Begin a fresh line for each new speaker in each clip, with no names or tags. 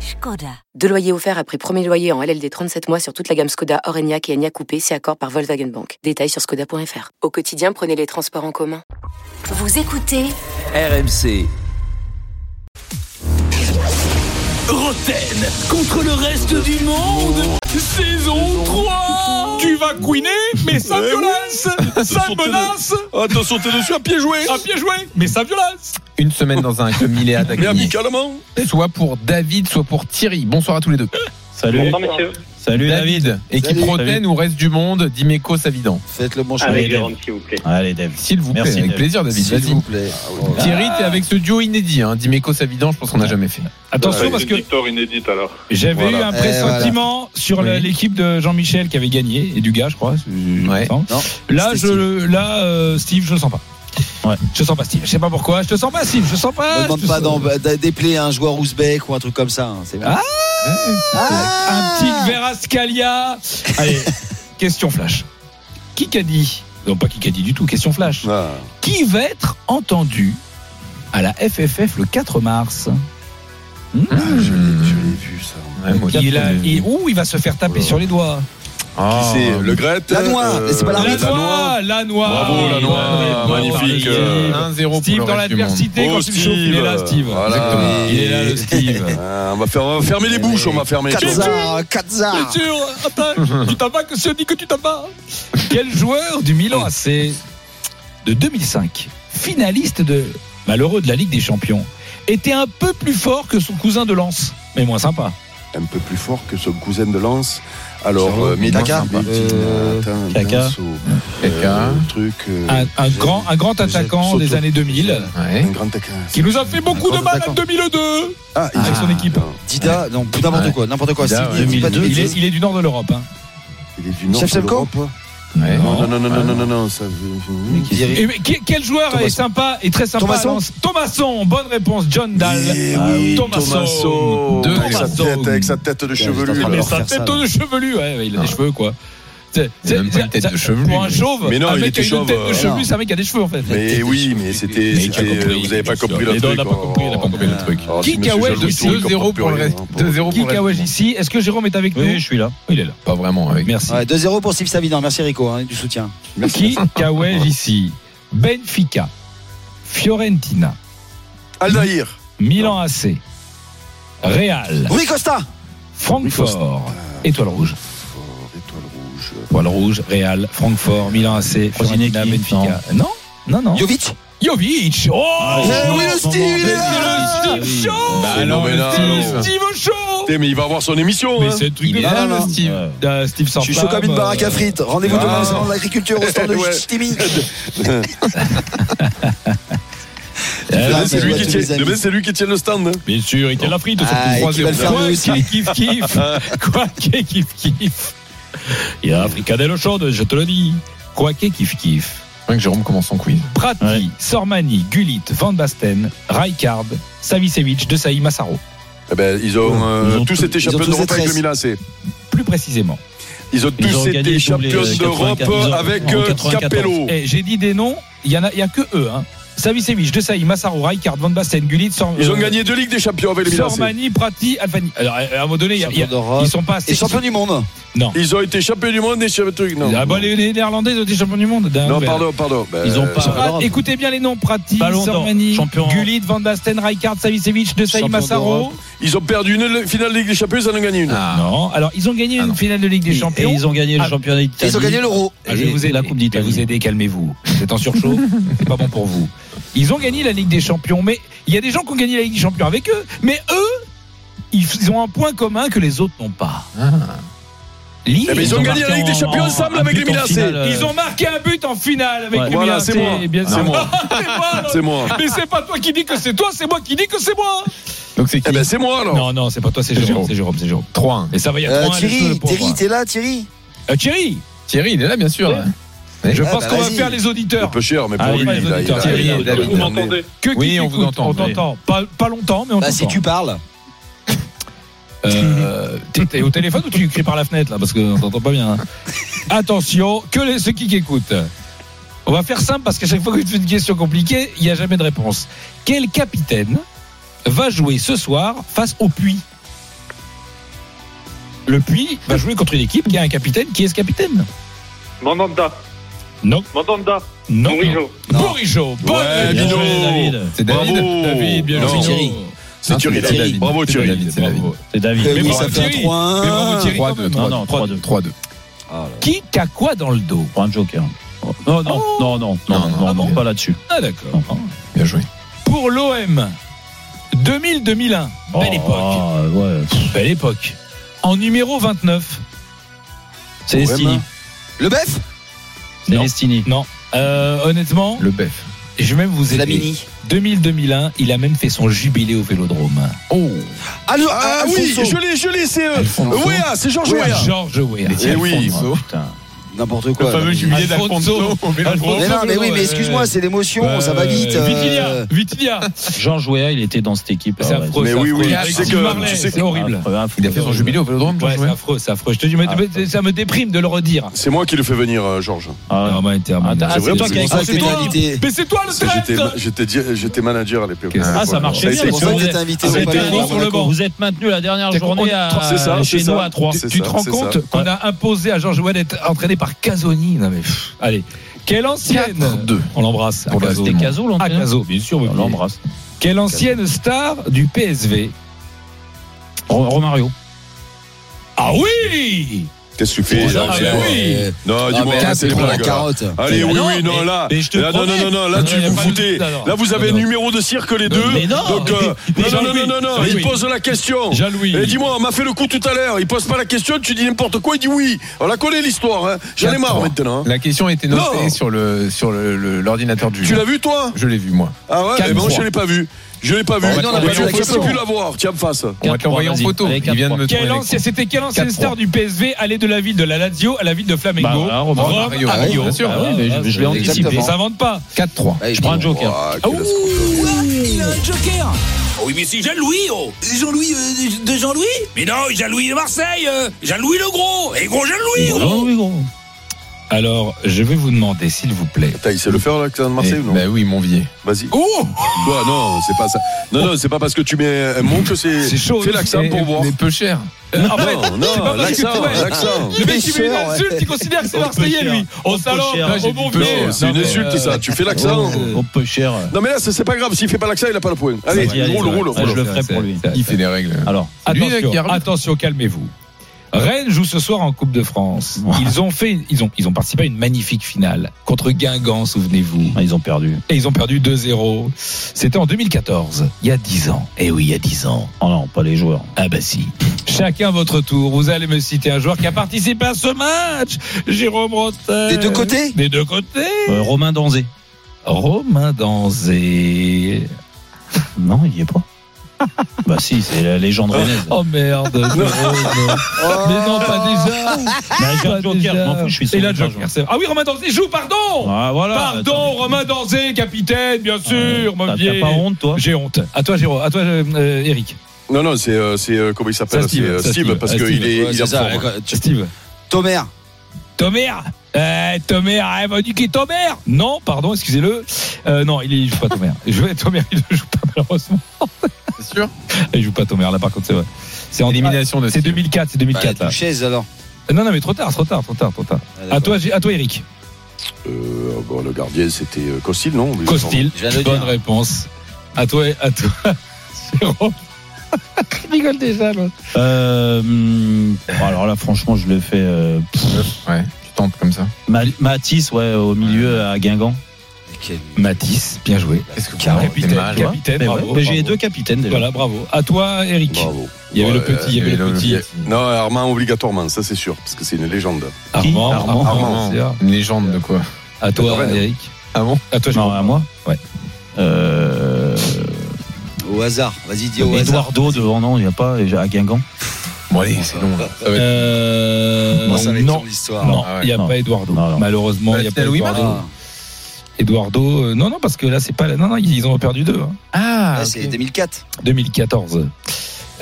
Skoda. Deux loyers offerts après premier loyer en LLD 37 mois sur toute la gamme Skoda, Orenia et Enya Coupé, c'est accord par Volkswagen Bank. Détails sur skoda.fr. Au quotidien, prenez les transports en commun.
Vous écoutez
RMC.
Roten contre le reste du monde, saison 3
Tu vas couiner, mais sans
Eh
violence Sans
sauter
menace
Ah, t'as sauté dessus à pied joué
À pied joué, mais sans violence
Une semaine dans un club millénaire
Mais
d'accueil.
amicalement
Soit pour David, soit pour Thierry. Bonsoir à tous les deux.
Salut. Salut David.
David, équipe
Salut.
Roten
Salut.
ou reste du monde, Dimeco Savidan.
Faites le bon chemin.
Avec
Allez,
Jérôme, s'il vous plaît.
Allez, Dave.
S'il vous plaît,
Merci,
avec
David.
plaisir David,
S'il vous
vas-y.
plaît.
Thierry, t'es avec ce duo inédit, hein. Dimeco Savidan, je pense qu'on n'a jamais fait.
Attention
Avec
parce
une
que
victoire inédite alors.
j'avais
Voilà.
eu un
Eh,
pressentiment sur la-
Oui.
l'équipe de Jean-Michel qui avait gagné et du gars, je crois. je- je
Ouais.
sens.
Non,
Là,
c'était
je, là, euh, Steve, je le sens pas.
Ouais.
Je sens pas Steve. Je sais pas pourquoi. Je te sens pas Steve. Je sens pas.
Ne demande
je te
pas
sens-
d'en- d'a- d'épeler un joueur ouzbek ou un truc comme ça. hein, c'est bon.
Ah
Ah
Un petit Verascalia. Allez, question flash. Qui qu'a dit Non, pas qui qu'a dit du tout. Question flash.
Ah.
Qui va être entendu à la FFF le 4 mars Hmm
Ah, je l'ai je l'ai vu ça.
Ah,
Ouais, moi,
il, a,
je-
il- ouh, il va se faire
Oh
taper
Oula.
sur les doigts.
Ah.
C'est le Grette.
Lanois, mais c'est pas
La
l'arbitre.
noix, la noix.
Bravo, la noix, magnifique, euh,
1-0 pour
Steve
le
dans
reste du monde.
l'adversité quand
Oh,
tu le
Steve.
chauffes, il est là Steve.
Voilà.
Exactement. Il est là le Steve.
Ah, on, va faire, on va
Eh
fermer les bouches, on va fermer.
Katzar,
Bien
Katzar.
sûr, attends, tu t'en bats que si on dit que tu t'en bats. Quel joueur du Milan AC de 2005, finaliste de malheureux de la Ligue des Champions, était un peu plus fort que son cousin de Lens, mais moins sympa.
un peu plus fort que son cousin de Lance. Alors,
Charles,
euh, mais
Taka,
mais-
euh,
attends,
Taka.
Danso,
Taka.
euh, truc, euh,
Un, un
Gel,
grand, un grand attaquant
Soto.
des années 2000
Ouais.
un grand Taka.
qui nous a fait beaucoup
grand
de mal en
attaquant.
2002
Ah, il-
avec son équipe.
non,
Dida, non, plus n'importe
Ouais.
quoi, n'importe quoi.
Dida,
Sydney, dis pas de
2002,
Il
bêtises.
est, il est du nord de l'Europe. hein.
il est du nord de
Shevchenko
l'Europe.
Ouais.
Non, non, non, non, non, non, non, non, ça.
Et mais qui- quel joueur est
Thomasson.
sympa et très sympa
Thomasson.
à Lens Thomasson, bonne réponse, John Dahl. Ah,
Eh oui,
Thomasson.
Thomasson.
Deux
Avec sa
Thomasson.
tête, avec sa tête de
Putain, j'étais en
chevelu.
train de
Mais
leur
sa
faire ça,
tête
là.
de chevelu, ouais, ouais, il a des cheveux quoi. C'est-
Il a même pas une tête de chevelu,
Pour un
lui.
chauve,
Mais non,
un
il
mec
était
qui a une
chauve,
tête de
euh,
chevelu,
non.
c'est un mec qui a des cheveux en fait.
Mais oui, mais c'était.
Mais il a
c'était-
compris,
Vous n'avez pas
bien sûr.
compris le
Les
truc.
deux,
hein.
on n'a pas compris, on n'a pas compris
Euh,
le
Oh,
truc.
Alors,
Qui
si monsieur
Kawhi
Jean-Louis
dit
Touré
2-0
comprend
pour le
plus
reste.
rien, pour-
2-0
Qui
pour le
Kawhi
reste.
ici Est-ce que Jérôme est avec nous
Oui, je suis là.
Il est là.
Pas vraiment avec.
Merci.
Ouais, 2-0 pour Steve Savidan. Merci Rico, hein, du soutien.
Qui Kawhi ici Benfica, Fiorentina,
Aldaïr.
Milan AC, Real,
Rui Costa
Francfort, Étoile Rouge.
Oh, Étoile rouge.
Étoile Rouge, Real, Francfort, Milan AC, Fiorentina,
Inaki,
Benfica. Non, non, non.
Jovic
Jovic Oh
Eh oui, le Steve, il est là
C'est le Steve Show
Bah non, mais
C'est le
non.
Steve Show
Putain, Eh, Mais il va avoir son émission.
Mais
hein.
c'est le truc
Il
de
est
dingue.
là,
non,
le
non.
Steve.
Euh, Steve
Je
sans
suis chaud
flamme,
comme une baraque
euh,
à frites. Rendez-vous
Ah.
demain au salon de l'agriculture au stand de
Ouais.
Stevie.
Demain,
Eh,
Ah,
c'est
bah,
lui
bah,
qui
tous
tient-
les amis.
demain, c'est lui qui tient le stand. hein.
Bien sûr, il tient la frite de
Ah, et qui va le faire
Quoi
nous aussi.
qu'il kiffe, kiffe Quoi qu'il kiffe, kiffe Il y a Fricadelle chaude, je te le dis Quoi qu'il kiffe, kiffe
Faudrait que Jérôme commence son quiz.
Prati, Sormani, Gullit, Van Basten, Rijkaard, Savicevic, Desailly, Massaro.
Eh ben, ils ont euh,
Ils ont
tous
tous-
été
ils ont
champions
tous
d'Europe
été
avec le
treize.
Milan AC.
Plus précisément.
Ils ont
Ils
tous
ont gagné
été
le
champions
doublé, euh,
d'Europe
84, ils ont-
avec
en
euh,
94.
Capello.
Eh, J'ai dit des noms, il n'y en a, il y a que eux. Hein. Savicevic, Desailly, Massaro, Rijkaard, Van Basten, Gullit, Sor-
Ils ont
euh,
gagné deux Ligues des Champions avec le Milan AC.
Sormani, Prati, Alfani. Alors, à un moment donné, il y a- il y a-
Champion d'Europe.
ils sont pas assez.
Et champion du monde.
Ils ont été champions du monde et champions truc. Non,
Ah bah, les, les Néerlandais ils ont été champions du monde. d'un
non
ouvert.
pardon, pardon. Ben,
Ils ont
euh,
pas-
Prat- écoutez bien les noms Prati,
Ballon d'or,
Sormani,
champion-
Gullit, Van Basten, Rijkaard, Savicevic, Desailly,
Champion
Massaro.
Ils ont perdu une finale de Ligue des Champions, ils en ont gagné une.
Non, alors ils ont gagné
Ah non.
une finale de Ligue des Champions.
Et ils ont gagné
Ah.
le championnat d'Italie.
Ils ont gagné l'euro.
Ah, je vais vous aider,
la Coupe
je vais
d'Italie.
vous aider, calmez-vous. Vous êtes en surchaud, c'est pas bon pour vous. Ils ont gagné la Ligue des Champions, mais il y a des gens qui ont gagné la Ligue des Champions avec eux, mais eux, ils f- ils ont un point commun que les autres n'ont pas. Lille,
Ah. Eh ben, ils ont gagné la Ligue des Champions ensemble avec les Milan AC.
Ils ont marqué un but en finale avec
Ouais.
les
Voilà,
Milan
c'est
AC.
moi.
Eh bien,
C'est
c'est
moi.
moi. C'est moi, alors.
C'est moi.
Mais c'est pas toi qui dis que c'est toi, c'est moi qui dis que c'est moi.
Donc c'est qui
Eh ben c'est moi alors.
Non, non, c'est pas toi, c'est
C'est
Jérôme,
Jérôme.
c'est Jérôme, c'est Jérôme.
3-1.
Et ça va y
Euh,
être
Thierry, Thierry, t'es là, Thierry
Euh, Thierry,
Thierry, il est là, bien sûr.
Ouais. Je
Ah,
pense
bah,
qu'on va
vas-y.
faire les auditeurs.
Un peu cher, mais pour
Ah,
lui,
il est
il a- il a-
Thierry,
il a-
David,
il a-
Vous m'entendez
Que qui
Oui, on vous
t'écoute,
entend,
On
oui.
t'entend. Pas, pas longtemps, mais on
Bah, si
t'entend.
tu parles.
Euh, T'es t'es au téléphone ou tu cries par la fenêtre là Parce qu'on t'entend pas bien. hein. Attention, que les, ceux qui écoutent. On va faire simple parce qu'à chaque fois que tu fais une question compliquée, il n'y a jamais de réponse. Quel capitaine va jouer ce soir face au Puy Le Puy va jouer contre une équipe qui a un capitaine. Qui est ce capitaine
Mandanda.
Non.
Mandanda.
Non.
Morijo.
Bourigeau. Bonne
Ouais,
bien
Dino.
joué, David.
C'est David.
Bravo.
David, bien
Non,
joué.
Thierry.
C'est
Non,
Thierry,
c'est
David.
David.
Bravo,
C'est
Thierry.
David, c'est
Bravo.
David.
C'est David.
Eh
Mais
oui,
bravo,
ça fait un
Thierry.
3-1.
Mais bravo, Thierry. quand même.
3-2,
Non, non, 3-2.
3-2.
Qui a quoi dans le dos
Pour un joker.
Oh.
Non, non, non, non,
Non,
non,
non,
non,
ah
non,
bon
pas là-dessus.
Ah d'accord.
Bien joué.
Pour l'OM, 2000-2001, belle
Oh,
époque.
ah, ouais.
Belle époque. En numéro 29,
C'est Destiny.
Le bœuf
C'est
Non.
Destiny.
euh, honnêtement,
Le bœuf.
je vais même vous
C'est la
aider.
mini.
2000-2001, il a même fait son jubilé au Vélodrome.
Oh
Ah, le-
Ah oui,
Alfonso.
je l'ai, je l'ai, c'est eux.
Alfonso.
Wea, c'est Georges Wea.
Georges Weah.
Eh oui.
Alfonso.
N'importe quoi. là.
jubilé d'Alfonso.
Mais non, mais oui,
euh,
mais excuse-moi, c'est
bah,
l'émotion, ça va vite. euh,
Vitilia, Vitilia.
Jean Jouéa, il était dans cette équipe.
C'est
Ah ouais.
affreux.
Mais
c'est
oui,
affreux.
oui, tu
Avec
sais
Steve
que-
Marley,
tu sais
C'est
que-
horrible.
Affreux, affreux.
Il a fait son jubilé au Vélodrome,
Ah, Ouais,
Georges
c'est
Weah
affreux, c'est affreux. Je te dis, mais-
Ah.
mais ça me déprime de le redire.
C'est moi qui le fais venir, euh, Georges.
Ah ouais.
Ah, bah, t'es un-
Ah,
Ah,
t'as- ah,
c'est vrai,
c'est toi qui as
Ah, c'est
écrit
toi
ça.
invité.
Mais c'est toi le
Parce que j'étais-
traître
J'étais di- j'étais manager à l'époque.
Qu'est-ce-
Ah, ça marchait bien.
Voilà.
C'est pour ça que
vous
t'es
êtes-
invité.
Ah,
au
c'est
Palais
pas
Royal.
bon sur
le banc.
Vous êtes maintenu la dernière
T'es con-
journée à,
C'est ça,
chez
c'est
nous
ça.
à 3.
C'est
Tu
ça,
te rends
c'est
compte
ça.
qu'on a imposé à Georges Ouel d'être entraîné par Casoni Non mais pff, allez, quelle ancienne
4-2.
On l'embrasse.
Pour
Akazo.
C'était Cazot,
Ah,
l'entraîneur
Akazo, bien sûr.
On l'embrasse.
Quelle ancienne star du PSV
Ro- Romario.
Ah oui
Qu'est-ce que tu fais
Ah,
là,
mais
c'est-
oui.
Non,
Ah,
dis-moi,
mais
là,
là,
c'est
c'est
les
pour la
blagues. là.
carotte.
Allez,
Mais
oui,
non,
oui, non,
mais-
là.
mais je te
là, non, non,
promets.
non, non,
Non,
là, tu
y a
vous
pas de doute,
foutez.
non, non.
Là, vous avez
Non, non.
numéro de cirque, les deux.
mais non.
Donc, euh,
Mais
non, non, non,
Jean-Louis.
non, non, il
Jean-Louis.
pose la question.
Jean-Louis.
Et dis-moi, on m'a fait le coup tout à l'heure. Il pose pas la question, tu dis n'importe quoi, il dit oui. On la connaît l'histoire, hein. J'en ai marre
4-3.
maintenant. hein.
La question était
Non.
notée sur le sur le- le- l'ordinateur du.
Tu l'as vu, toi
Je l'ai vu moi.
Ah ouais,
4-3.
mais moi, je l'ai pas vu. Je l'ai pas vu.
Bon,
Mais
maintenant, on a pas
je
vu la
peux
question.
plus la voir, tiens, me face.
On va te l'envoyer en
Vas-y.
photo.
Allez,
Il vient de me
Quelle
tourner.
ancienne- C'était quelle ancienne
4-3.
star du PSV allée de la ville de la Lazio à la ville de Flamengo
Bah, voilà, Romario.
Rome
Romario,
à
oui,
Rio.
bien sûr.
Ah
Ah oui,
ouais,
mais je- je l'ai anticipé.
mais ça invente pas.
4-3.
Ouais,
Je prends un joker.
Ah,
Ah,
que la scrope.
Il a un joker Oui, mais c'est Jean-Louis, oh Jean-Louis euh, de Jean-Louis Mais non, Jean-Louis de Marseille euh, Jean-Louis le gros Et gros Jean-Louis gros.
Non, oui, gros.
Alors, je vais vous demander, s'il vous plaît.
Attends, il sait le faire, là, que ça de Marseille ou non
Bah oui, mon vieil.
Vas-y.
Oh
Quoi Non, c'est pas ça. Non, non, c'est pas parce que tu mets un mot que c'est.
C'est chaud,
Fais
hein.
l'accent pour voir. Ah,
Il est peu cher.
Non, non,
parce que-
l'accent,
ouais.
l'accent.
Ah, Le mec qui met une
Pêcheur, ouais.
insulte, il considère que c'est
Au
Marseillais,
pêcheur.
lui. Au
Au
salon,
pêcheur.
au bon
Non,
vieux.
Non, c'est une
mais,
insulte,
euh,
ça. Tu fais l'accent.
On peut cher.
Non, mais là, c'est c'est pas grave. S'il fait pas l'accent, il a pas le point. Allez,
Vas-y, allez,
roule,
ouais.
roule,
Ouais, je
roule.
le ferai pour lui.
Il fait des règles.
Ah.
Alors,
C'est lui, là, qui
Attention,
arbitre.
attention, calmez-vous. Rennes joue ce soir en Coupe de France. Ils ont fait, ils ont, ils ont participé à une magnifique finale contre Guingamp, souvenez-vous.
ah, ils ont perdu.
Et ils ont perdu 2-0. C'était en 2014, il y a 10 ans. Eh oui, il y a 10 ans.
Oh non, pas les joueurs.
Ah bah si. Chacun votre tour. Vous allez me citer un joueur qui a participé à ce match. Jérôme Rotten.
Des deux côtés
Des deux côtés.
Euh, Romain Danzé.
Romain Danzé.
Non, il y est pas. bah si, c'est la légende rennaise.
Oh merde. Jérôme. Mais non, pas déjà.
Bah, j'ai
Pas
un
Ah,
joker,
déjà.
je m'en fous, je suis
Et
sur
là,
le
Joker. c'est- Ah oui, Romain Danzé joue, pardon.
Ah voilà.
Pardon,
Attends, mais-
Romain Danzé, capitaine, bien sûr, mon
T'as-
vieil.
T'as pas honte, hein toi
J'ai honte. À toi, Jérôme. À toi, euh, euh, Eric.
Non, non, c'est. euh, c'est, euh, Comment il s'appelle
Ça, Steve,
C'est euh,
ça,
Steve,
Steve.
parce
Ah,
qu'il
Steve.
est.
Ouais,
il a
c'est ça.
forme.
ouais, tu-
Steve.
Tomer.
Tomer eh, Tomer, elle va niquer Tomer Non, pardon, excusez-le. Euh, non, il ne joue pas Tomer. Il joue, Tomer, il ne joue pas malheureusement.
C'est sûr
Il joue pas Tomer, là par contre, c'est vrai. C'est en
Élimination de
C'est 2004, c'est
Bah,
2004. là.
Duchesse, alors.
Non, non, mais trop tard, trop tard, trop tard, trop tard.
Ah, d'accord.
hein. À toi, G- à toi, Eric.
Euh, bon, Le gardien, c'était euh, Costil, non Mais-
Costil,
Je viens de le
bonne
dire.
réponse. À toi, à toi, Jérôme. Je rigole déjà, l'autre.
Euh, hum, bon, alors là, franchement, je l'ai fait. euh, pff,
Ouais, tu tentes comme ça.
Ma- Matisse, ouais, au milieu à Guingamp.
Quel-
Mathis, bien joué.
Est-ce que
Carré, capitaine,
mal,
capitaine,
ouais.
Mais
bravo,
ouais, mais j'ai
bravo.
deux capitaines déjà.
Voilà, bravo. À toi, Eric.
Bravo.
Il y avait le
Ouais,
petit, il y avait le petit. euh,
Non, Armand obligatoirement, ça c'est sûr, parce que c'est une légende.
Qui
Armand,
Armand.
Armand, c'est vrai.
Ah, Une légende de quoi
À toi,
Lorraine.
Eric.
Ah bon
À toi,
Non,
Jérôme.
à moi
Ouais.
Euh,
Au hasard. Vas-y, dis au hasard.
Eduardo devant, non, il n'y a pas, à Guingamp.
Bon, allez, c'est long. là.
Ça va être-
Euh,
Bon, ça va être
non,
long, l'histoire.
non,
Ah ouais,
il n'y a
non.
pas Eduardo.
Non, non.
Malheureusement,
Bah,
il n'y a pas
Louis
Eduardo.
Marc.
Eduardo, euh, non, non, parce que là, c'est pas. la- Non, non, ils en ont perdu deux. hein.
Ah,
Ah,
c'est 2004.
2014.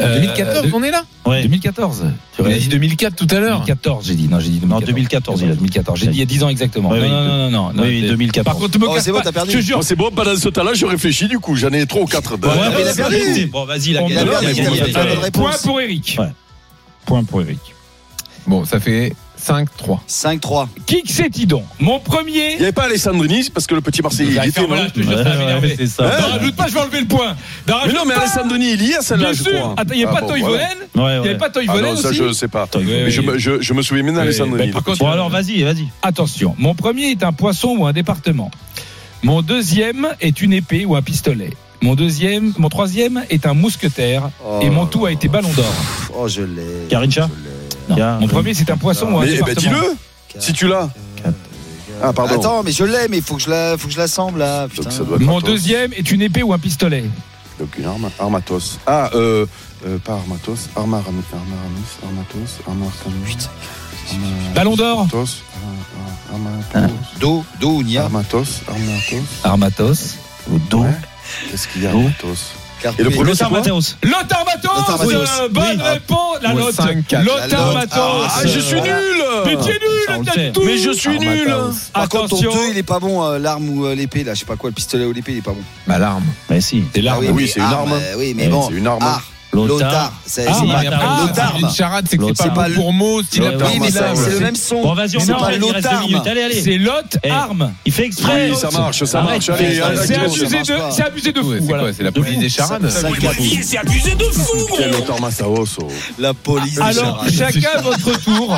Euh,
2014,
de-
on est là
Ouais.
2014.
Tu
On a
réalises
dit 2004 tout à l'heure.
2014, j'ai dit. Non, j'ai dit
Non, 2014, il a dit.
2014. J'ai dit il y a 10 ans exactement.
Oui,
non,
oui,
non, non, non, non,
Oui,
non,
2014.
Par contre, me
Oh,
casse
c'est bon,
pas,
t'as perdu.
Je te jure.
Bon, c'est bon, pendant ce temps-là, je réfléchis du coup. J'en ai trois ou quatre.
Ouais,
Ouais,
mais la
c'est
vérité.
vrai.
Bon, vas-y, la
On
galère,
a
la
perdu,
galère,
on a
la
perdu.
galère.
Point
réponse.
pour Eric.
Ouais.
Point pour Eric.
Bon, ça fait 5-3.
5-3.
Qui que c'est, dis donc Mon premier.
Il n'y avait pas Alessandrini parce que le petit Marseillais. il
Ah,
y était,
voilà,
non
je te jure, ça va
Ouais,
m'énerver.
ouais, c'est ça.
N'en rajoute pas, je vais enlever le point. N'en
Mais
rajoute
non, mais
Ah, pas.
Alessandrini, il y a celle-là,
Bien
je
sûr.
crois.
Attends, il n'y a
Ah,
pas
bon,
Toy
voilà.
Volen
Ouais,
Il n'y
ouais.
avait pas Toy
Ah
Volen
non, ça,
aussi
je sais pas.
Oui,
Mais
oui.
je, me- je- je me souviens bien
Ouais,
d'Alessandrini.
bah, par contre,
Bon,
euh,
alors vas-y, vas-y.
Attention, mon premier est un poisson ou un département. Mon deuxième est une épée ou un pistolet. Mon deuxième, mon troisième est un mousquetaire
Oh.
et mon tout a été ballon d'or.
Oh, je l'ai.
Karincha
Je l'ai.
Non,
Bien.
Mon premier c'est un poisson ou un
Mais eh ben,
département.
dis-le, si tu l'as. Ah, pardon.
Attends, mais je l'ai, mais faut que je la, faut que je l'assemble là.
Donc,
Putain.
ça doit être
mon
Armatos.
deuxième est une épée ou un pistolet.
Donc une arme, Armatos. Ah, euh, euh, pas Armatos, Armaramis, Armaramis, Armatos, Armarcamus. Arma-
Ballon d'or.
Armatos, Ar- Ar- Armatos,
Do, do, Nia.
Armatos, Armatos.
Armatos.
Dos.
Ouais. Qu'est-ce qu'il y a Armatos
Carpe.
Et le premier, c'est
Lothar
quoi
Matthäus.
Lothar Matos,
Lothar Matos.
euh, Bonne
Oui.
réponse La
Ouais,
note
cinq, quatre.
La
Lothar
note.
Matos
Ah, je suis
Voilà.
Mais tu
nul
es
Ça, on
nul
le
t'as
sait.
tout.
Mais je suis
Ah,
nul
euh, Par contre, ton
Attention
2, il est pas bon, euh, l'arme ou euh, l'épée, là, je sais pas quoi, le pistolet ou l'épée, il est pas bon.
Ma larme.
Mais Bah, si.
C'est l'arme.
oui,
mais
c'est une arme.
euh,
Eh,
oui, mais
Ouais,
bon.
C'est une arme.
Art, l'otard, c'est
Ah,
c'est
mais
pas
après, ah,
l'otard.
Une charade, c'est que
L'autre
c'est
arme.
pas le pour mot, style
Ouais,
à
ouais,
part
Oui, mais
ma
ça,
larme.
c'est le même son.
Bon, vas-y, on
C'est pas
enchaîne, il reste deux
l'otard.
minutes. Allez, allez.
C'est Lot
Eh.
arme.
Il fait exprès.
Oui, ça marche, ça
Arrête.
marche. Allez,
Arrête.
allez,
C'est
non,
allez.
abusé.
abusé
ça marche
de
pas.
c'est abusé de
Ouais,
fou.
C'est
voilà.
quoi C'est la police des charades
Ça,
Oui,
quatre.
Moitié, c'est abusé de fou, gros
Quel Lothar Matthäus oh.
La police.
Alors,
Gérard.
chacun votre tour.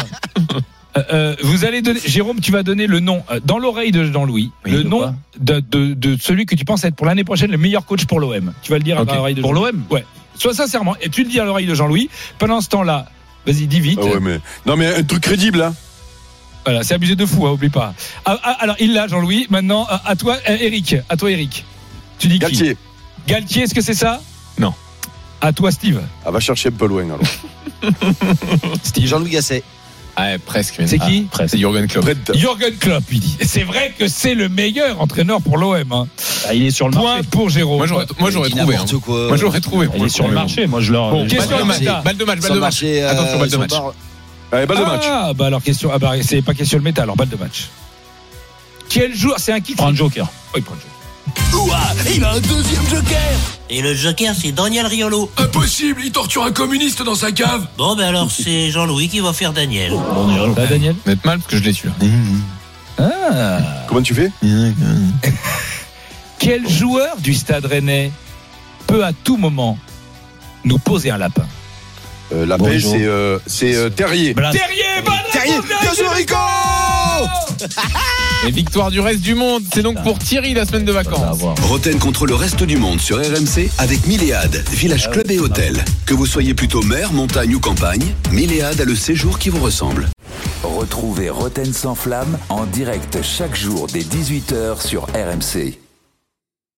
Euh, euh, vous allez donner, Jérôme, tu vas donner le nom euh, dans l'oreille de Jean-Louis,
Oui,
le
de
nom
quoi
de, de- de celui que tu penses être pour l'année prochaine le meilleur coach pour l'OM. Tu vas le dire
Ok.
à l'oreille de
Pour
Jean-Louis. Ouais. Sois sincèrement, et tu le dis à l'oreille de Jean-Louis. Pendant ce temps-là, vas-y, dis vite.
Ah ouais, mais... Non, mais un truc crédible, hein.
Voilà, c'est abusé de fou, hein, oublie pas. Ah, ah, alors, il l'a, Jean-Louis. Maintenant, à, à toi, euh, Eric. À toi, Eric. Tu dis qui
Galtier.
Galtier, est-ce que c'est ça
Non.
À toi, Steve.
Ah, va chercher un peu loin, alors.
Steve.
Jean-Louis Gasset.
Ah, Ouais, presque. mais
C'est
non.
qui
Ah, C'est Jürgen Klopp.
Prête.
Jürgen Klopp, il dit. C'est vrai que c'est le meilleur entraîneur pour l'OM. Hein.
Ah, il est sur le
Point
marché.
pour Jérôme.
Moi j'aurais moi, j'aurais
Il dit
trouvé. hein.
N'importe quoi.
Moi j'aurais trouvé. pour
Il est
le
sur
coup,
le
mais bon.
marché. Moi, je leur.
Bon,
je-
qu'est-ce
balle de
qu'on
match,
a
balle de match, balle
Sur
de
le
match.
marché. euh,
Attention, balle de
sur le
match.
bar.
Allez, balle de match.
Ah, bah alors, question. Ah, bah, c'est pas question de métal, alors balle de match. Quel joueur C'est un kick.
Prends un joker.
Oh, il prend le joker.
Ouah, il a un deuxième joker
Et le joker, c'est Daniel Riolo.
Impossible, il torture un communiste dans sa cave
Bon, ben alors, c'est Jean-Louis qui va faire Daniel.
Bon, déjà, le-
Là, Bah, Daniel
Vous êtes mal parce que je l'ai su.
Comment tu fais
Quel joueur du stade rennais peut à tout moment nous poser un lapin
Euh, La paix,
Bonjour.
c'est euh, c'est, euh, Terrier.
Blas.
Terrier, bonne
Terrier,
réponse d'Eric
bien joué, Rico
Et victoire du reste du monde. C'est donc pour Thierry la semaine de
Ça va
vacances.
avoir.
Roten contre le reste du monde sur RMC avec Milléade, village club et hôtel. Que vous soyez plutôt mer, montagne ou campagne, Milléade a le séjour qui vous ressemble.
Retrouvez Roten sans flamme en direct chaque jour dès 18h sur RMC.